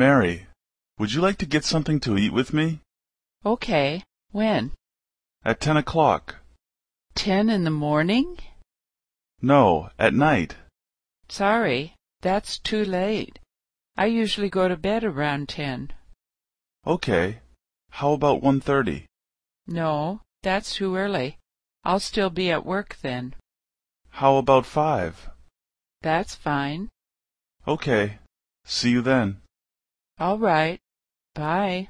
Mary, would you like to get something to eat with me? Okay. When? At ten o'clock. Ten in the morning? No, at night. Sorry, that's too late. I usually go to bed around ten. Okay. How about one thirty? No, that's too early. I'll still be at work then. How about five? That's fine. Okay. See you then. All right. Bye.